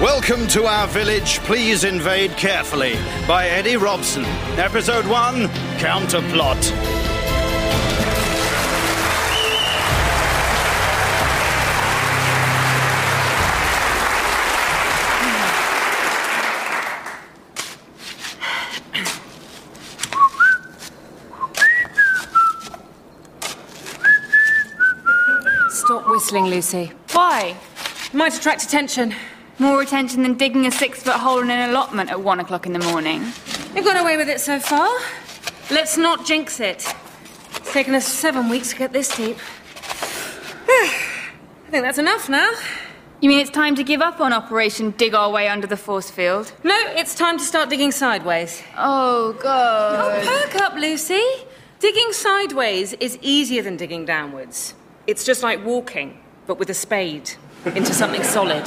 Welcome to our village, please invade carefully by Eddie Robson. Episode 1 Counterplot. Stop whistling, Lucy. Why? Might attract attention. More attention than digging a six foot hole in an allotment at one o'clock in the morning. You've got away with it so far. Let's not jinx it. It's taken us seven weeks to get this deep. I think that's enough now. You mean it's time to give up on Operation Dig Our Way Under the Force Field? No, it's time to start digging sideways. Oh, God. Perk up, Lucy. Digging sideways is easier than digging downwards. It's just like walking, but with a spade into something solid.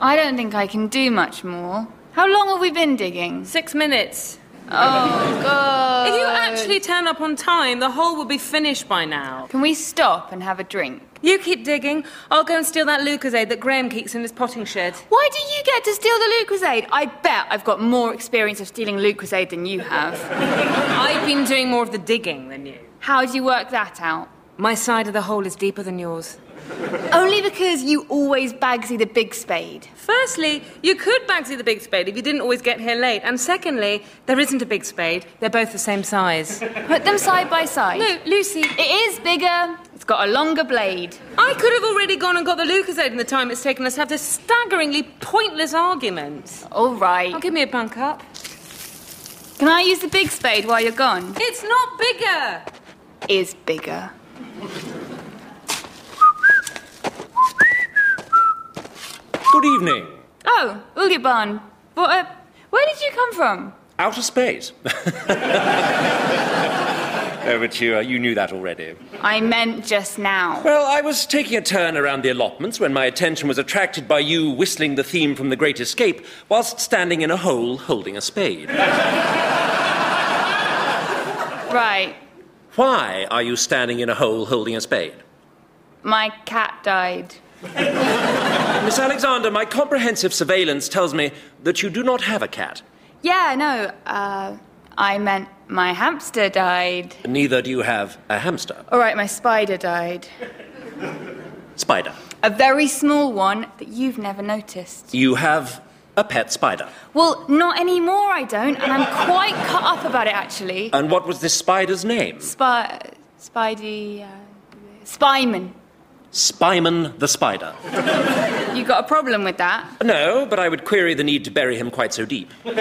I don't think I can do much more. How long have we been digging? Six minutes. Oh, God. If you actually turn up on time, the hole will be finished by now. Can we stop and have a drink? You keep digging. I'll go and steal that Lucasade that Graham keeps in his potting shed. Why do you get to steal the Lucasade? I bet I've got more experience of stealing Lucasade than you have. I've been doing more of the digging than you. How do you work that out? My side of the hole is deeper than yours. Only because you always bagsy the big spade. Firstly, you could Bagsy the big spade if you didn't always get here late. And secondly, there isn't a big spade. They're both the same size. Put them side by side. no, Lucy, It is bigger. It's got a longer blade. I could have already gone and got the Lucasade in the time it's taken us to have this staggeringly pointless argument. All right. Oh, give me a bunk up. Can I use the big spade while you're gone? It's not bigger. Is bigger. Good evening. Oh, Ulyaban. What a... Where did you come from? Outer space. oh, but you, uh, you knew that already. I meant just now. Well, I was taking a turn around the allotments when my attention was attracted by you whistling the theme from The Great Escape whilst standing in a hole holding a spade. Right. Why are you standing in a hole holding a spade? My cat died. Miss Alexander, my comprehensive surveillance tells me that you do not have a cat. Yeah, no. Uh, I meant my hamster died. Neither do you have a hamster. All right, my spider died. Spider. A very small one that you've never noticed. You have a pet spider. Well, not anymore, I don't, and I'm quite cut up about it actually. And what was this spider's name? Spy, Spidey, uh, Spyman. Spyman the spider. You got a problem with that? No, but I would query the need to bury him quite so deep. I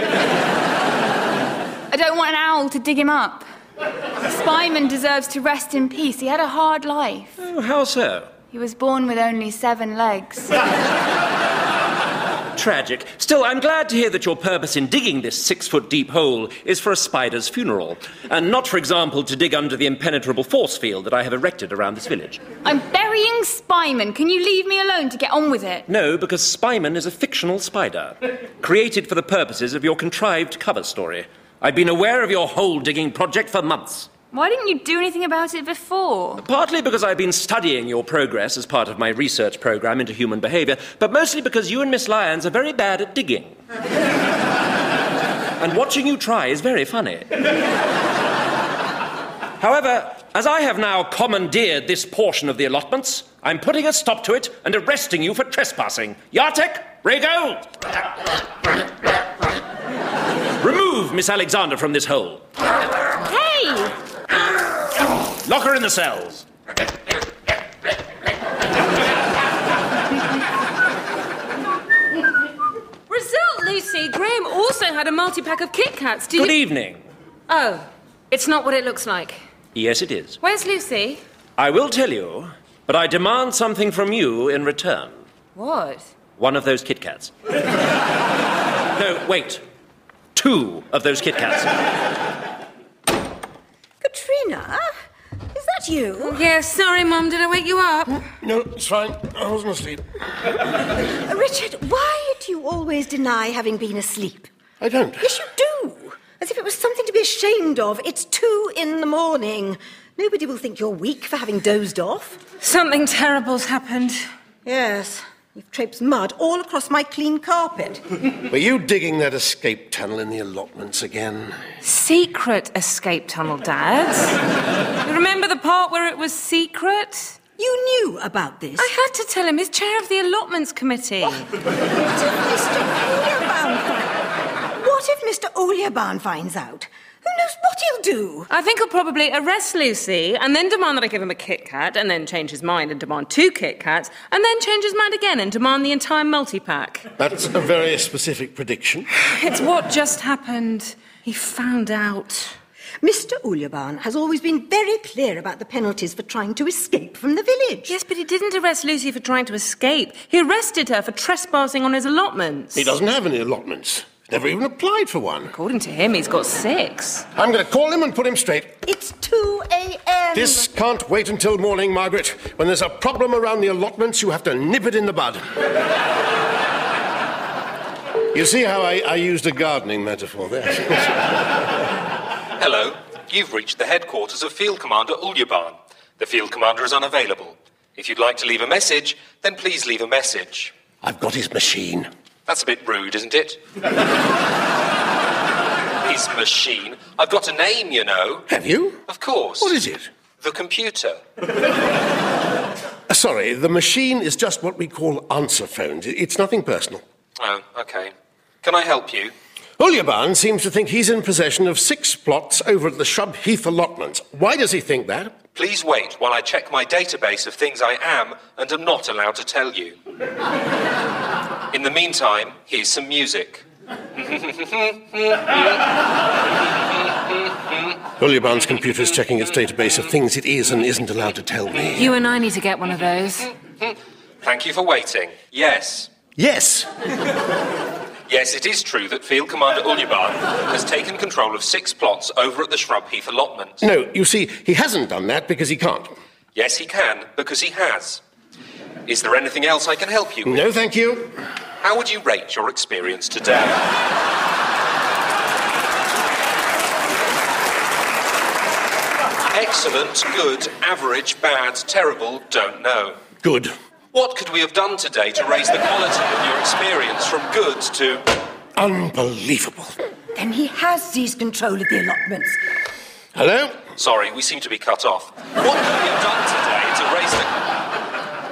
don't want an owl to dig him up. Spyman deserves to rest in peace. He had a hard life. Oh, how so? He was born with only seven legs. Tragic. Still, I'm glad to hear that your purpose in digging this six foot deep hole is for a spider's funeral, and not, for example, to dig under the impenetrable force field that I have erected around this village. I'm burying Spyman. Can you leave me alone to get on with it? No, because Spyman is a fictional spider, created for the purposes of your contrived cover story. I've been aware of your hole digging project for months. Why didn't you do anything about it before? Partly because I've been studying your progress as part of my research program into human behavior, but mostly because you and Miss Lyons are very bad at digging. and watching you try is very funny. However, as I have now commandeered this portion of the allotments, I'm putting a stop to it and arresting you for trespassing. Yartek, Rego! Remove Miss Alexander from this hole. Hey! Lock her in the cells. Result, Lucy. Graham also had a multi pack of Kit Kats. Do Good you? evening. oh, it's not what it looks like. Yes, it is. Where's Lucy? I will tell you, but I demand something from you in return. What? One of those Kit Kats. no, wait. Two of those Kit Kats. Katrina, is that you? Yeah, sorry, Mum. Did I wake you up? No, it's fine. I wasn't asleep. Uh, Richard, why do you always deny having been asleep? I don't. Yes, you do. As if it was something to be ashamed of. It's two in the morning. Nobody will think you're weak for having dozed off. Something terrible's happened. Yes, You've traipsed mud all across my clean carpet. Were you digging that escape tunnel in the allotments again? Secret escape tunnel, Dad. You Remember the part where it was secret? You knew about this. I had to tell him. He's chair of the allotments committee. What if Mr. Olierbaum finds What if Mr. Olierbaum finds out? Who knows what he'll do? I think he'll probably arrest Lucy and then demand that I give him a Kit Kat and then change his mind and demand two Kit Kats and then change his mind again and demand the entire multi pack. That's a very specific prediction. It's what just happened. He found out. Mr. Olierbaum has always been very clear about the penalties for trying to escape from the village. Yes, but he didn't arrest Lucy for trying to escape. He arrested her for trespassing on his allotments. He doesn't have any allotments. Never even applied for one. According to him, he's got six. I'm going to call him and put him straight. It's 2 a.m. This can't wait until morning, Margaret. When there's a problem around the allotments, you have to nip it in the bud. you see how I, I used a gardening metaphor there? Hello, you've reached the headquarters of Field Commander Ulyaban. The Field Commander is unavailable. If you'd like to leave a message, then please leave a message. I've got his machine. That's a bit rude, isn't it? His machine. I've got a name, you know. Have you? Of course. What is it? The computer. Uh, Sorry, the machine is just what we call answer phones. I- It's nothing personal. Oh, okay. Can I help you? Ulyaban seems to think he's in possession of six plots over at the Shrub Heath allotments. Why does he think that? Please wait while I check my database of things I am and am not allowed to tell you. In the meantime, here's some music. Ulyaban's computer is checking its database of things it is and isn't allowed to tell me. You and I need to get one of those. Thank you for waiting. Yes. Yes, Yes, it is true that Field Commander Ulyaban has taken control of six plots over at the Shrub Heath allotments. No, you see, he hasn't done that because he can't. Yes, he can, because he has. Is there anything else I can help you with? No, thank you. How would you rate your experience today? Excellent, good, average, bad, terrible, don't know. Good. What could we have done today to raise the quality of your experience from good to. Unbelievable. Then he has seized control of the allotments. Hello? Sorry, we seem to be cut off. What could we have done today to raise the.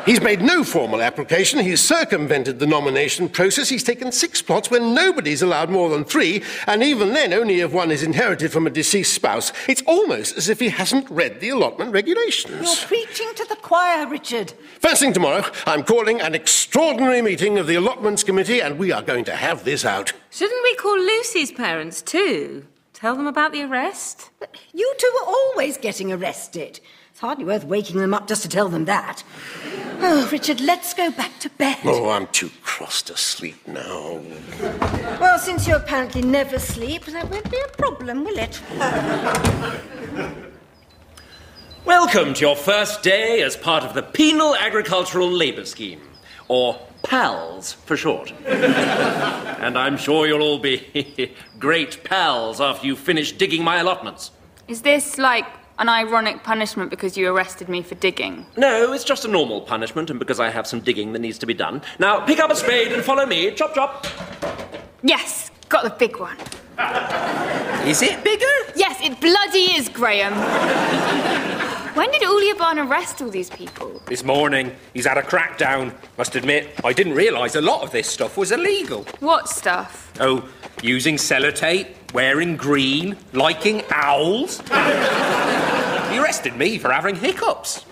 He's made no formal application. He's circumvented the nomination process. He's taken six plots where nobody's allowed more than three, and even then, only if one is inherited from a deceased spouse. It's almost as if he hasn't read the allotment You're regulations. preaching to the choir, Richard. First thing tomorrow, I'm calling an extraordinary meeting of the Allotments Committee, and we are going to have this out. Shouldn't we call Lucy's parents too? Tell them about the arrest? You two are always getting arrested. It's hardly worth waking them up just to tell them that. Oh, Richard, let's go back to bed. Oh, I'm too cross to sleep now. Well, since you apparently never sleep, that won't be a problem, will it? Welcome to your first day as part of the Penal Agricultural Labour Scheme, or PALS for short. and I'm sure you'll all be great pals after you finish digging my allotments. Is this like an ironic punishment because you arrested me for digging? No, it's just a normal punishment, and because I have some digging that needs to be done. Now, pick up a spade and follow me. Chop, chop. Yes, got the big one. Is it bigger? Yes, it bloody is, Graham. when did Ulyaban arrest all these people? This morning, he's had a crackdown. Must admit, I didn't realise a lot of this stuff was illegal. What stuff? Oh, using sellotape, wearing green, liking owls. he arrested me for having hiccups.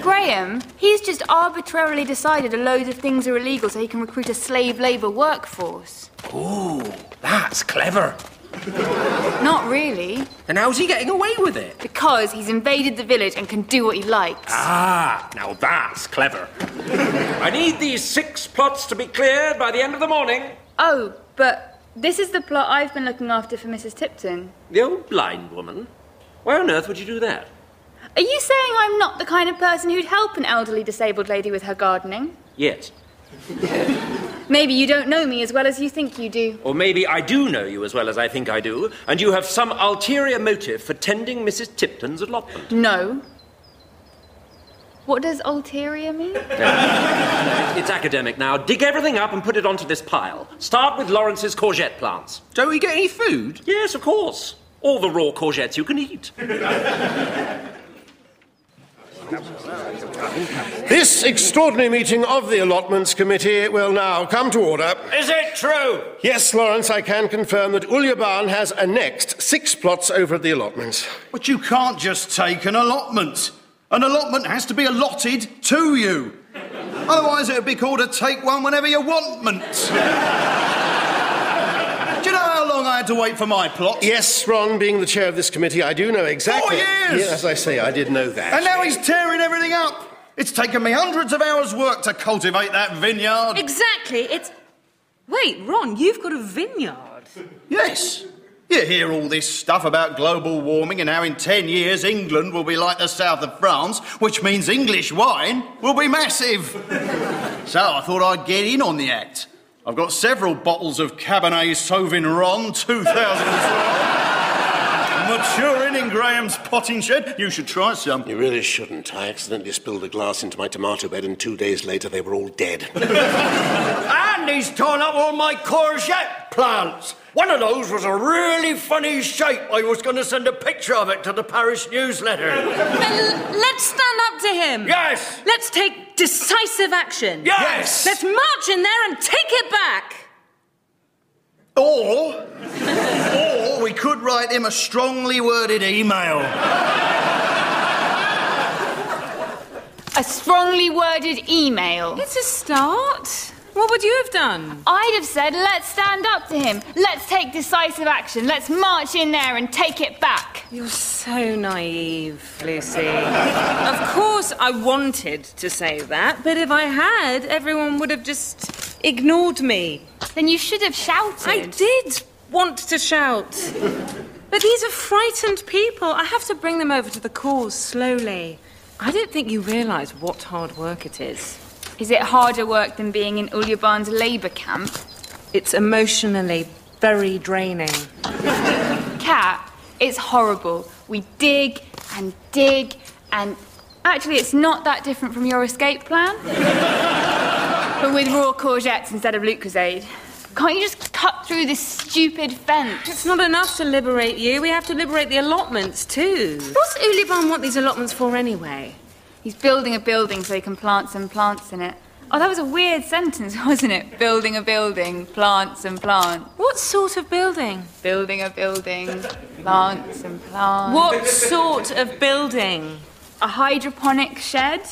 Graham, he's just arbitrarily decided a load of things are illegal so he can recruit a slave labour workforce. Ooh, that's clever. Not really, And how's he getting away with it? because he's invaded the village and can do what he likes. Ah, now that's clever. I need these six plots to be cleared by the end of the morning. Oh, but this is the plot I've been looking after for Mrs. Tipton. The old blind woman? Why on earth would you do that? Are you saying I'm not the kind of person who'd help an elderly disabled lady with her gardening? Yes. Maybe you don't know me as well as you think you do. Or maybe I do know you as well as I think I do, and you have some ulterior motive for tending Mrs. Tipton's allotment. No. What does ulterior mean? It's academic now. Dig everything up and put it onto this pile. Start with Lawrence's courgette plants. Don't we get any food? Yes, of course. All the raw courgettes you can eat. This extraordinary meeting of the Allotments Committee will now come to order. Is it true? Yes, Lawrence, I can confirm that Ulyaban has annexed six plots over at the allotments. But you can't just take an allotment. An allotment has to be allotted to you. Otherwise, it would be called a take one whenever you wantment. Do you know how long I had to wait for my plot? Yes, Ron, being the chair of this committee, I do know exactly. years! Yes, as I say, I did know that. And now he's tearing everything up. It's taken me hundreds of hours' work to cultivate that vineyard. Exactly. It's. Wait, Ron, you've got a vineyard. Yes. You hear all this stuff about global warming and how in 10 years England will be like the south of France, which means English wine will be massive. so I thought I'd get in on the act. I've got several bottles of Cabernet Sauvignon 2012 maturing in Graham's potting shed. You should try some. You really shouldn't. I accidentally spilled a glass into my tomato bed, and two days later they were all dead. And he's torn up all my courgette plants. One of those was a really funny shape. I was going to send a picture of it to the parish newsletter. Then let's stand up to him. Yes! Let's take decisive action. Yes! Let's march in there and take it back. Or, or we could write him a strongly worded email. A strongly worded email. It's a start. What would you have done? I'd have said, let's stand up to him. Let's take decisive action. Let's march in there and take it back. You're so naive, Lucy. of course, I wanted to say that, but if I had, everyone would have just ignored me. Then you should have shouted. I did want to shout. but these are frightened people. I have to bring them over to the cause slowly. I don't think you realise what hard work it is. Is it harder work than being in Ulyaban's labour camp? It's emotionally very draining. Cat, it's horrible. We dig and dig and. Actually, it's not that different from your escape plan. but with raw courgettes instead of Lucasade. Can't you just cut through this stupid fence? It's not enough to liberate you. We have to liberate the allotments too. What's Uliban want these allotments for anyway? He's building a building so he can plant some plants in it. Oh, that was a weird sentence, wasn't it? Building a building, plants and plants. What sort of building? Building a building, plants and plants. What sort of building? A hydroponic shed?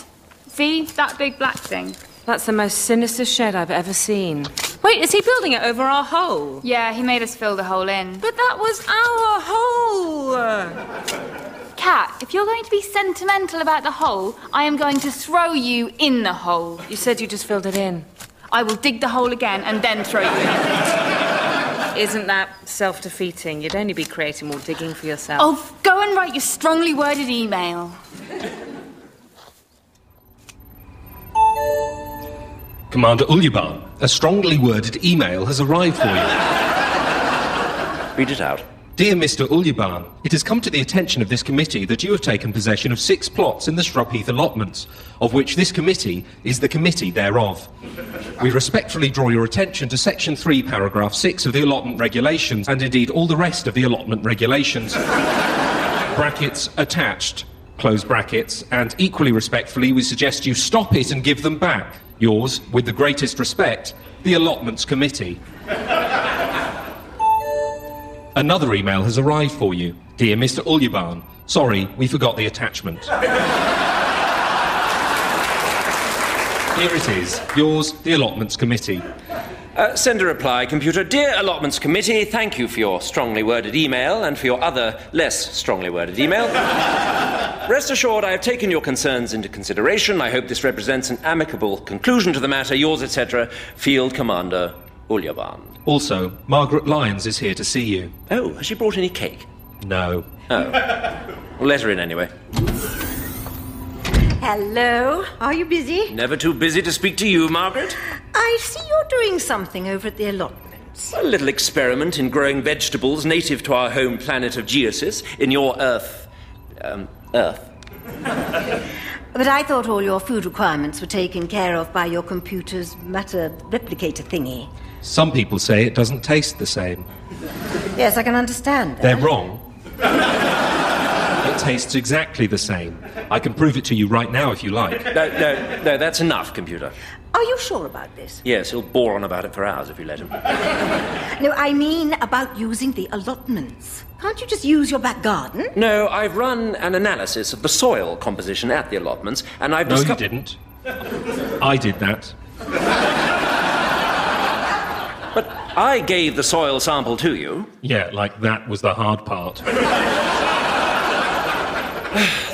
See, that big black thing. That's the most sinister shed I've ever seen. Wait, is he building it over our hole? Yeah, he made us fill the hole in. But that was our hole. Cat, if you're going to be sentimental about the hole, I am going to throw you in the hole. You said you just filled it in. I will dig the hole again and then throw you in. Isn't that self-defeating? You'd only be creating more digging for yourself. Oh, go and write your strongly worded email. Commander Ulyaban, a strongly worded email has arrived for you. Read it out. Dear Mr. Ulyaban, it has come to the attention of this committee that you have taken possession of six plots in the Shrubheath allotments, of which this committee is the committee thereof. We respectfully draw your attention to Section 3, Paragraph 6 of the allotment regulations, and indeed all the rest of the allotment regulations. brackets attached, close brackets, and equally respectfully, we suggest you stop it and give them back. Yours, with the greatest respect, the Allotments Committee. Another email has arrived for you. Dear Mr. Ulyaban, sorry, we forgot the attachment. Here it is. Yours, the Allotments Committee. Uh, send a reply, computer. Dear Allotments Committee, thank you for your strongly worded email and for your other less strongly worded email. Rest assured, I have taken your concerns into consideration. I hope this represents an amicable conclusion to the matter. Yours, etc., Field Commander Ulyavan. Also, Margaret Lyons is here to see you. Oh, has she brought any cake? No. Well, let her in anyway. Hello, are you busy? Never too busy to speak to you, Margaret. I see you're doing something over at the allotments. A little experiment in growing vegetables native to our home planet of Geosis in your Earth. Um, Earth. But I thought all your food requirements were taken care of by your computer's matter replicator thingy. Some people say it doesn't taste the same. Yes, I can understand that. They're wrong. it tastes exactly the same. I can prove it to you right now if you like. No, no, no, that's enough, computer. Are you sure about this? Yes, he'll bore on about it for hours if you let him. No, I mean about using the allotments. Can't you just use your back garden? No, I've run an analysis of the soil composition at the allotments, and I've No, you discovered. didn't. I did that. But I gave the soil sample to you. Yeah, like that was the hard part.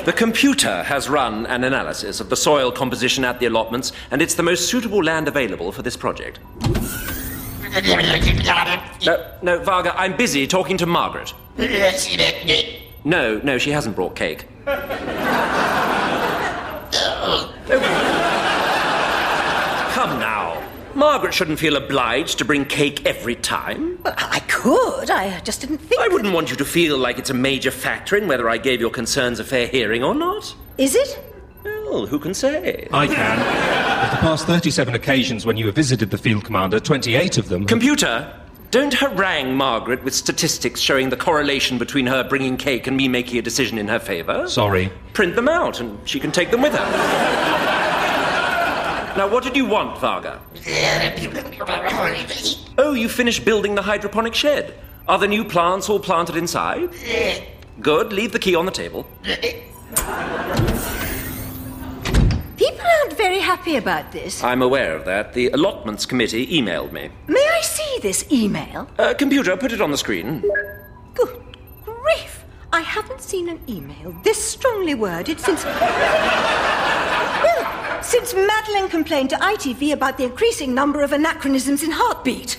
The computer has run an analysis of the soil composition at the allotments, and it's the most suitable land available for this project. No, no, Varga, I'm busy talking to Margaret. No, no, she hasn't brought cake. Oh. Come now. Margaret shouldn't feel obliged to bring cake every time. Well, I could. I just didn't think. I wouldn't want you to feel like it's a major factor in whether I gave your concerns a fair hearing or not. Is it? Well, who can say? I can. Of the past 37 occasions when you have visited the field commander, 28 of them. Computer, don't harangue Margaret with statistics showing the correlation between her bringing cake and me making a decision in her favour. Sorry. Print them out and she can take them with her. now, what did you want, Varga? Oh, you finished building the hydroponic shed. Are the new plants all planted inside? Good, leave the key on the table. People aren't very happy about this. I'm aware of that. The allotments committee emailed me. May I see this email? Uh, computer, put it on the screen. Good grief! I haven't seen an email this strongly worded since. well, since Madeline complained to ITV about the increasing number of anachronisms in Heartbeat.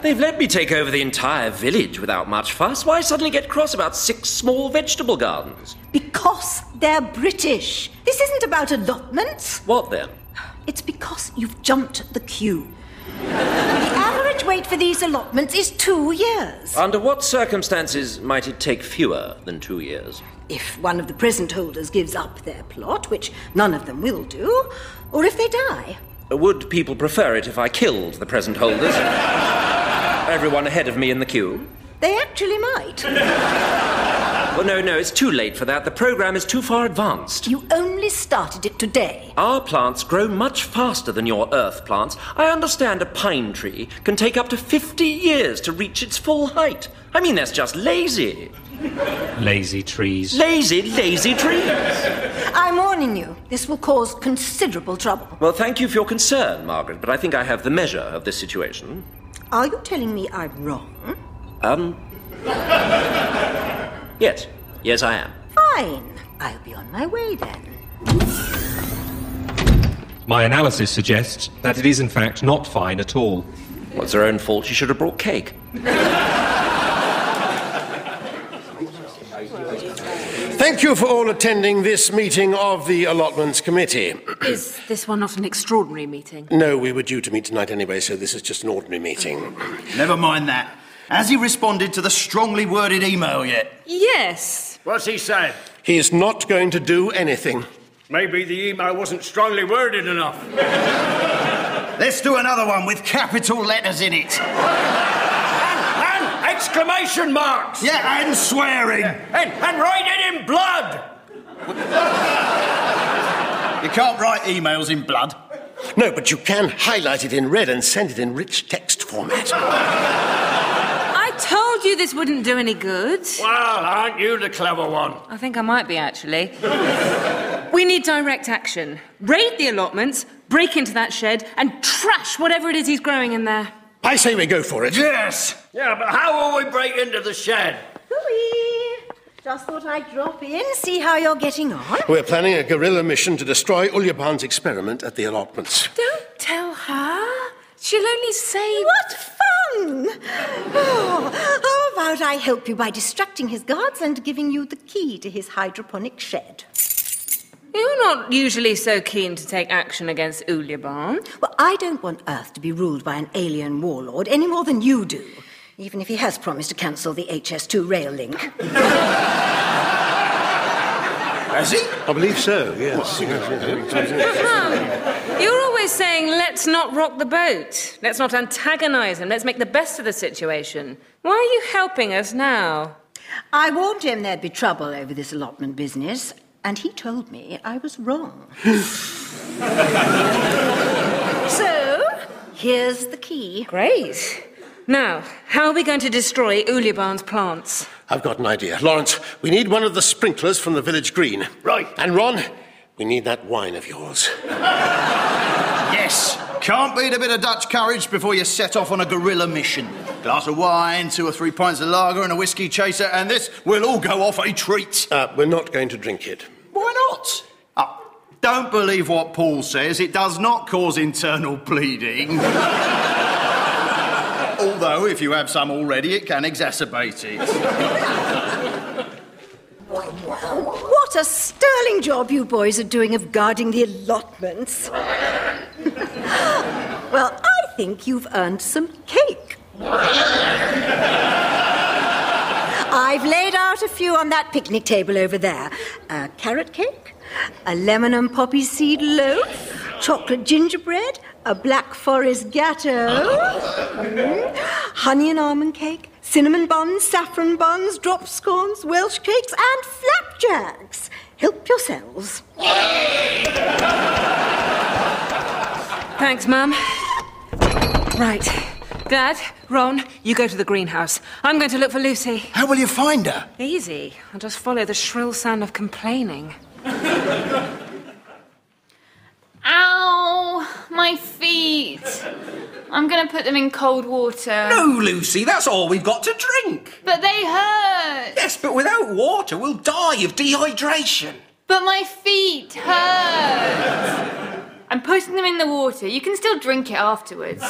They've let me take over the entire village without much fuss. Why suddenly get cross about six small vegetable gardens? Because they're British. This isn't about allotments. What then? It's because you've jumped the queue. the average wait for these allotments is two years. Under what circumstances might it take fewer than two years? If one of the present holders gives up their plot, which none of them will do, or if they die. Would people prefer it if I killed the present holders? Everyone ahead of me in the queue? They actually might. Well, no, no, it's too late for that. The program is too far advanced. You only started it today. Our plants grow much faster than your earth plants. I understand a pine tree can take up to 50 years to reach its full height. I mean, that's just lazy. Lazy trees. Lazy, lazy trees. I'm warning you, this will cause considerable trouble. Well, thank you for your concern, Margaret, but I think I have the measure of this situation. Are you telling me I'm wrong? Yes, yes, I am. Fine. I'll be on my way then. My analysis suggests that it is, in fact, not fine at all. Well, it's her own fault. She should have brought cake. Thank you for all attending this meeting of the Allotments Committee. Oh, Is this one not an extraordinary meeting? No, we were due to meet tonight anyway, so this is just an ordinary meeting. Never mind that. Has he responded to the strongly worded email yet? Yes. What's he saying? He is not going to do anything. Maybe the email wasn't strongly worded enough. Let's do another one with capital letters in it. And exclamation marks! Yeah, and swearing. And, and write it in blood! You can't write emails in blood. No, but you can highlight it in red and send it in rich text format. I told you this wouldn't do any good. Well, aren't you the clever one? I think I might be, actually. we need direct action. Raid the allotments, break into that shed, and trash whatever it is he's growing in there. I say we go for it. Yes! Yeah, but how will we break into the shed? Hooey! Just thought I'd drop in, see how you're getting on. We're planning a guerrilla mission to destroy Ulyaban's experiment at the allotments. Don't tell her. She'll only say. What fun! Oh, how about I help you by distracting his guards and giving you the key to his hydroponic shed? You're not usually so keen to take action against Ulyaban. Well, I don't want Earth to be ruled by an alien warlord any more than you do, even if he has promised to cancel the HS2 rail link. has he? I believe so, yes. You're always saying, let's not rock the boat. Let's not antagonize him. Let's make the best of the situation. Why are you helping us now? I warned him there'd be trouble over this allotment business, and he told me I was wrong. so, here's the key. Great. Now, how are we going to destroy Ulibarn's plants? I've got an idea. Lawrence, we need one of the sprinklers from the village green. Right. And Ron, we need that wine of yours. Yes. Can't beat a bit of Dutch courage before you set off on a guerrilla mission. Glass of wine, two or three pints of lager, and a whiskey chaser, and this will all go off a treat. Uh, we're not going to drink it. Why not? Ah, don't believe what Paul says. It does not cause internal bleeding. Although, if you have some already, it can exacerbate it. What a sterling job you boys are doing of guarding the allotments. well, I think you've earned some cake. I've laid out a few on that picnic table over there a carrot cake, a lemon and poppy seed loaf, chocolate gingerbread, a black forest gatto, mm, honey and almond cake, cinnamon buns, saffron buns, drop scones, Welsh cakes, and flapjacks. Help yourselves. Thanks, Mum. Right. Dad, Ron, you go to the greenhouse. I'm going to look for Lucy. How will you find her? Easy. I'll just follow the shrill sound of complaining. Ow, my feet. I'm going to put them in cold water. No, Lucy, that's all we've got to drink. But they hurt. Yes, but without water, we'll die of dehydration. But my feet hurt. I'm putting them in the water. You can still drink it afterwards.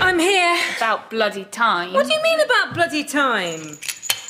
I'm here. About bloody time. What do you mean about bloody time?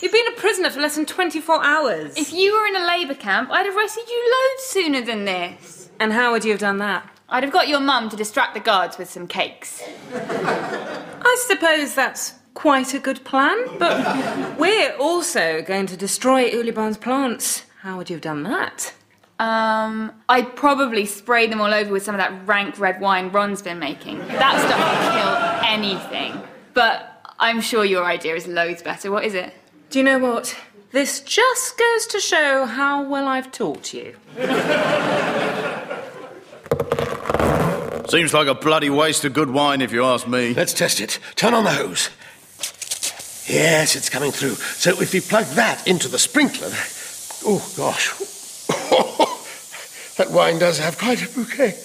You've been a prisoner for less than 24 hours. If you were in a labour camp, I'd have arrested you loads sooner than this. And how would you have done that? I'd have got your mum to distract the guards with some cakes. I suppose that's quite a good plan, but we're also going to destroy Ulibarn's plants. How would you have done that? Um, I'd probably spray them all over with some of that rank red wine Ron's been making. That stuff would kill anything. But I'm sure your idea is loads better. What is it? Do you know what? This just goes to show how well I've taught you. Seems like a bloody waste of good wine, if you ask me. Let's test it. Turn on the hose. Yes, it's coming through. So if we plug that into the sprinkler. Oh, gosh. that wine does have quite a bouquet.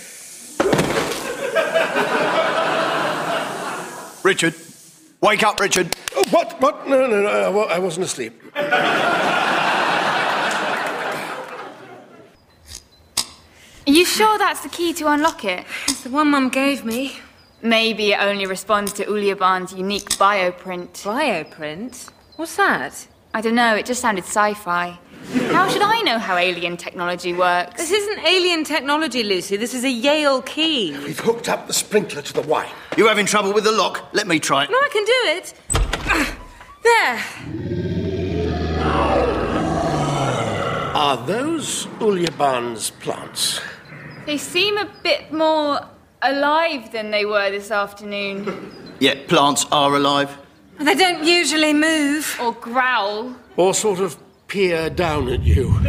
Richard. Wake up, Richard. Oh, what? What? No, no, no. I wa- I wasn't asleep. Are you sure that's the key to unlock it? It's the one Mum gave me. Maybe it only responds to Uliaban's unique bioprint. Bioprint? What's that? I don't know, it just sounded sci fi. How should I know how alien technology works? This isn't alien technology, Lucy. This is a Yale key. No, We've hooked up the sprinkler to the wine. You having trouble with the lock? Let me try it. I can do it. Ah, There. Are those Ulyaban's plants? They seem a bit more alive than they were this afternoon. Yeah, plants are alive. They don't usually move. Or growl. Or sort of peer down at you?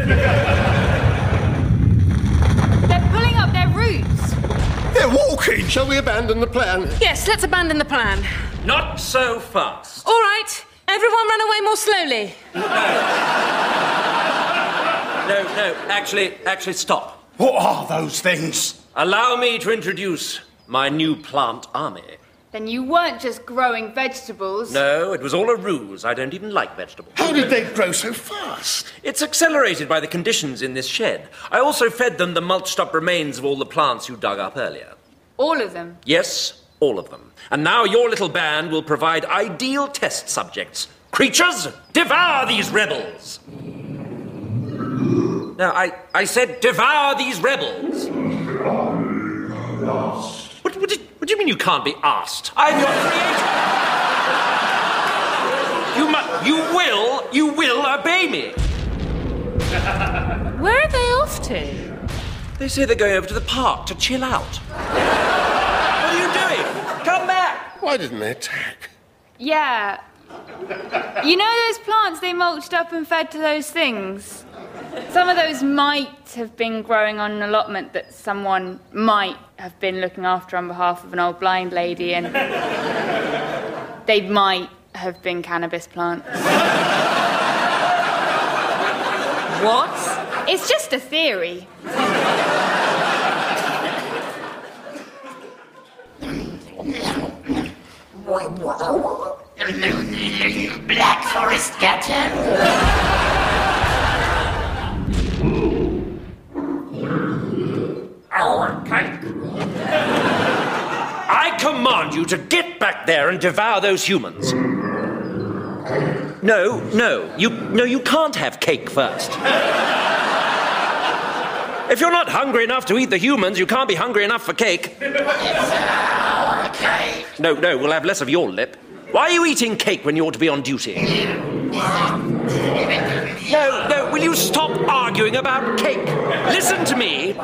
They're pulling up their roots. They're walking! Shall we abandon the plan? Yes, let's abandon the plan. Not so fast. All right, everyone run away more slowly. No, no, actually, actually, stop. What are those things? Allow me to introduce my new plant army. Then you weren't just growing vegetables. No, it was all a ruse. I don't even like vegetables. How did they grow so fast? It's accelerated by the conditions in this shed. I also fed them the mulched up remains of all the plants you dug up earlier. All of them. Yes, all of them. And now your little band will provide ideal test subjects. Creatures, devour these rebels! No, I, I said devour these rebels. What, what, do, what do you mean you can't be asked? I'm your creator. You, mu- you will, you will obey me. Where are they off to? They say they're going over to the park to chill out. what are you doing? Come back! Why didn't they attack? Yeah. You know those plants they mulched up and fed to those things? Some of those might have been growing on an allotment that someone might have been looking after on behalf of an old blind lady, and they might have been cannabis plants. What? It's just a theory. Black Forest Cat. I command you to get back there and devour those humans. No, no, you no, you can't have cake first. if you're not hungry enough to eat the humans, you can't be hungry enough for cake. No, no, we'll have less of your lip. Why are you eating cake when you ought to be on duty? No, no, will you stop arguing about cake? Listen to me.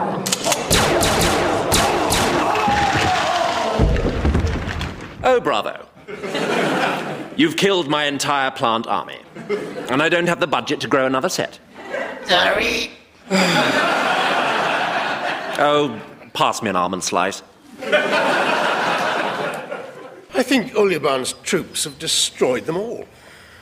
Oh, bravo. You've killed my entire plant army. And I don't have the budget to grow another set. Sorry. Oh, pass me an almond slice. I think Uliban's troops have destroyed them all.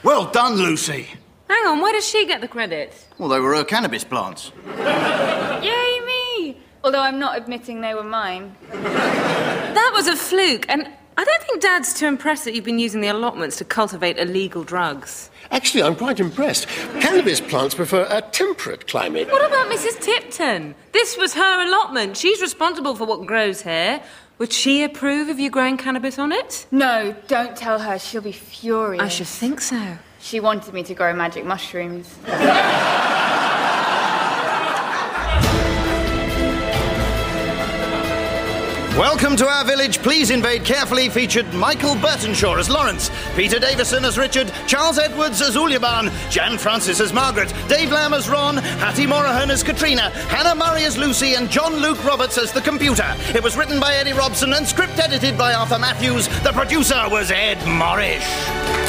Well done, Lucy. Hang on, where does she get the credit? Well, they were her cannabis plants. Yay, me! Although I'm not admitting they were mine. That was a fluke, and I don't think Dad's too impressed that you've been using the allotments to cultivate illegal drugs. Actually, I'm quite impressed. Cannabis plants prefer a temperate climate. What about Mrs. Tipton? This was her allotment. She's responsible for what grows here. Would she approve of you growing cannabis on it? No, don't tell her. She'll be furious. I should think so. She wanted me to grow magic mushrooms. Welcome to our village. Please invade carefully. Featured Michael Burtonshaw as Lawrence, Peter Davison as Richard, Charles Edwards as Uliban, Jan Francis as Margaret, Dave Lamb as Ron, Hattie Morahan as Katrina, Hannah Murray as Lucy, and John Luke Roberts as the computer. It was written by Eddie Robson and script edited by Arthur Matthews. The producer was Ed Morrish.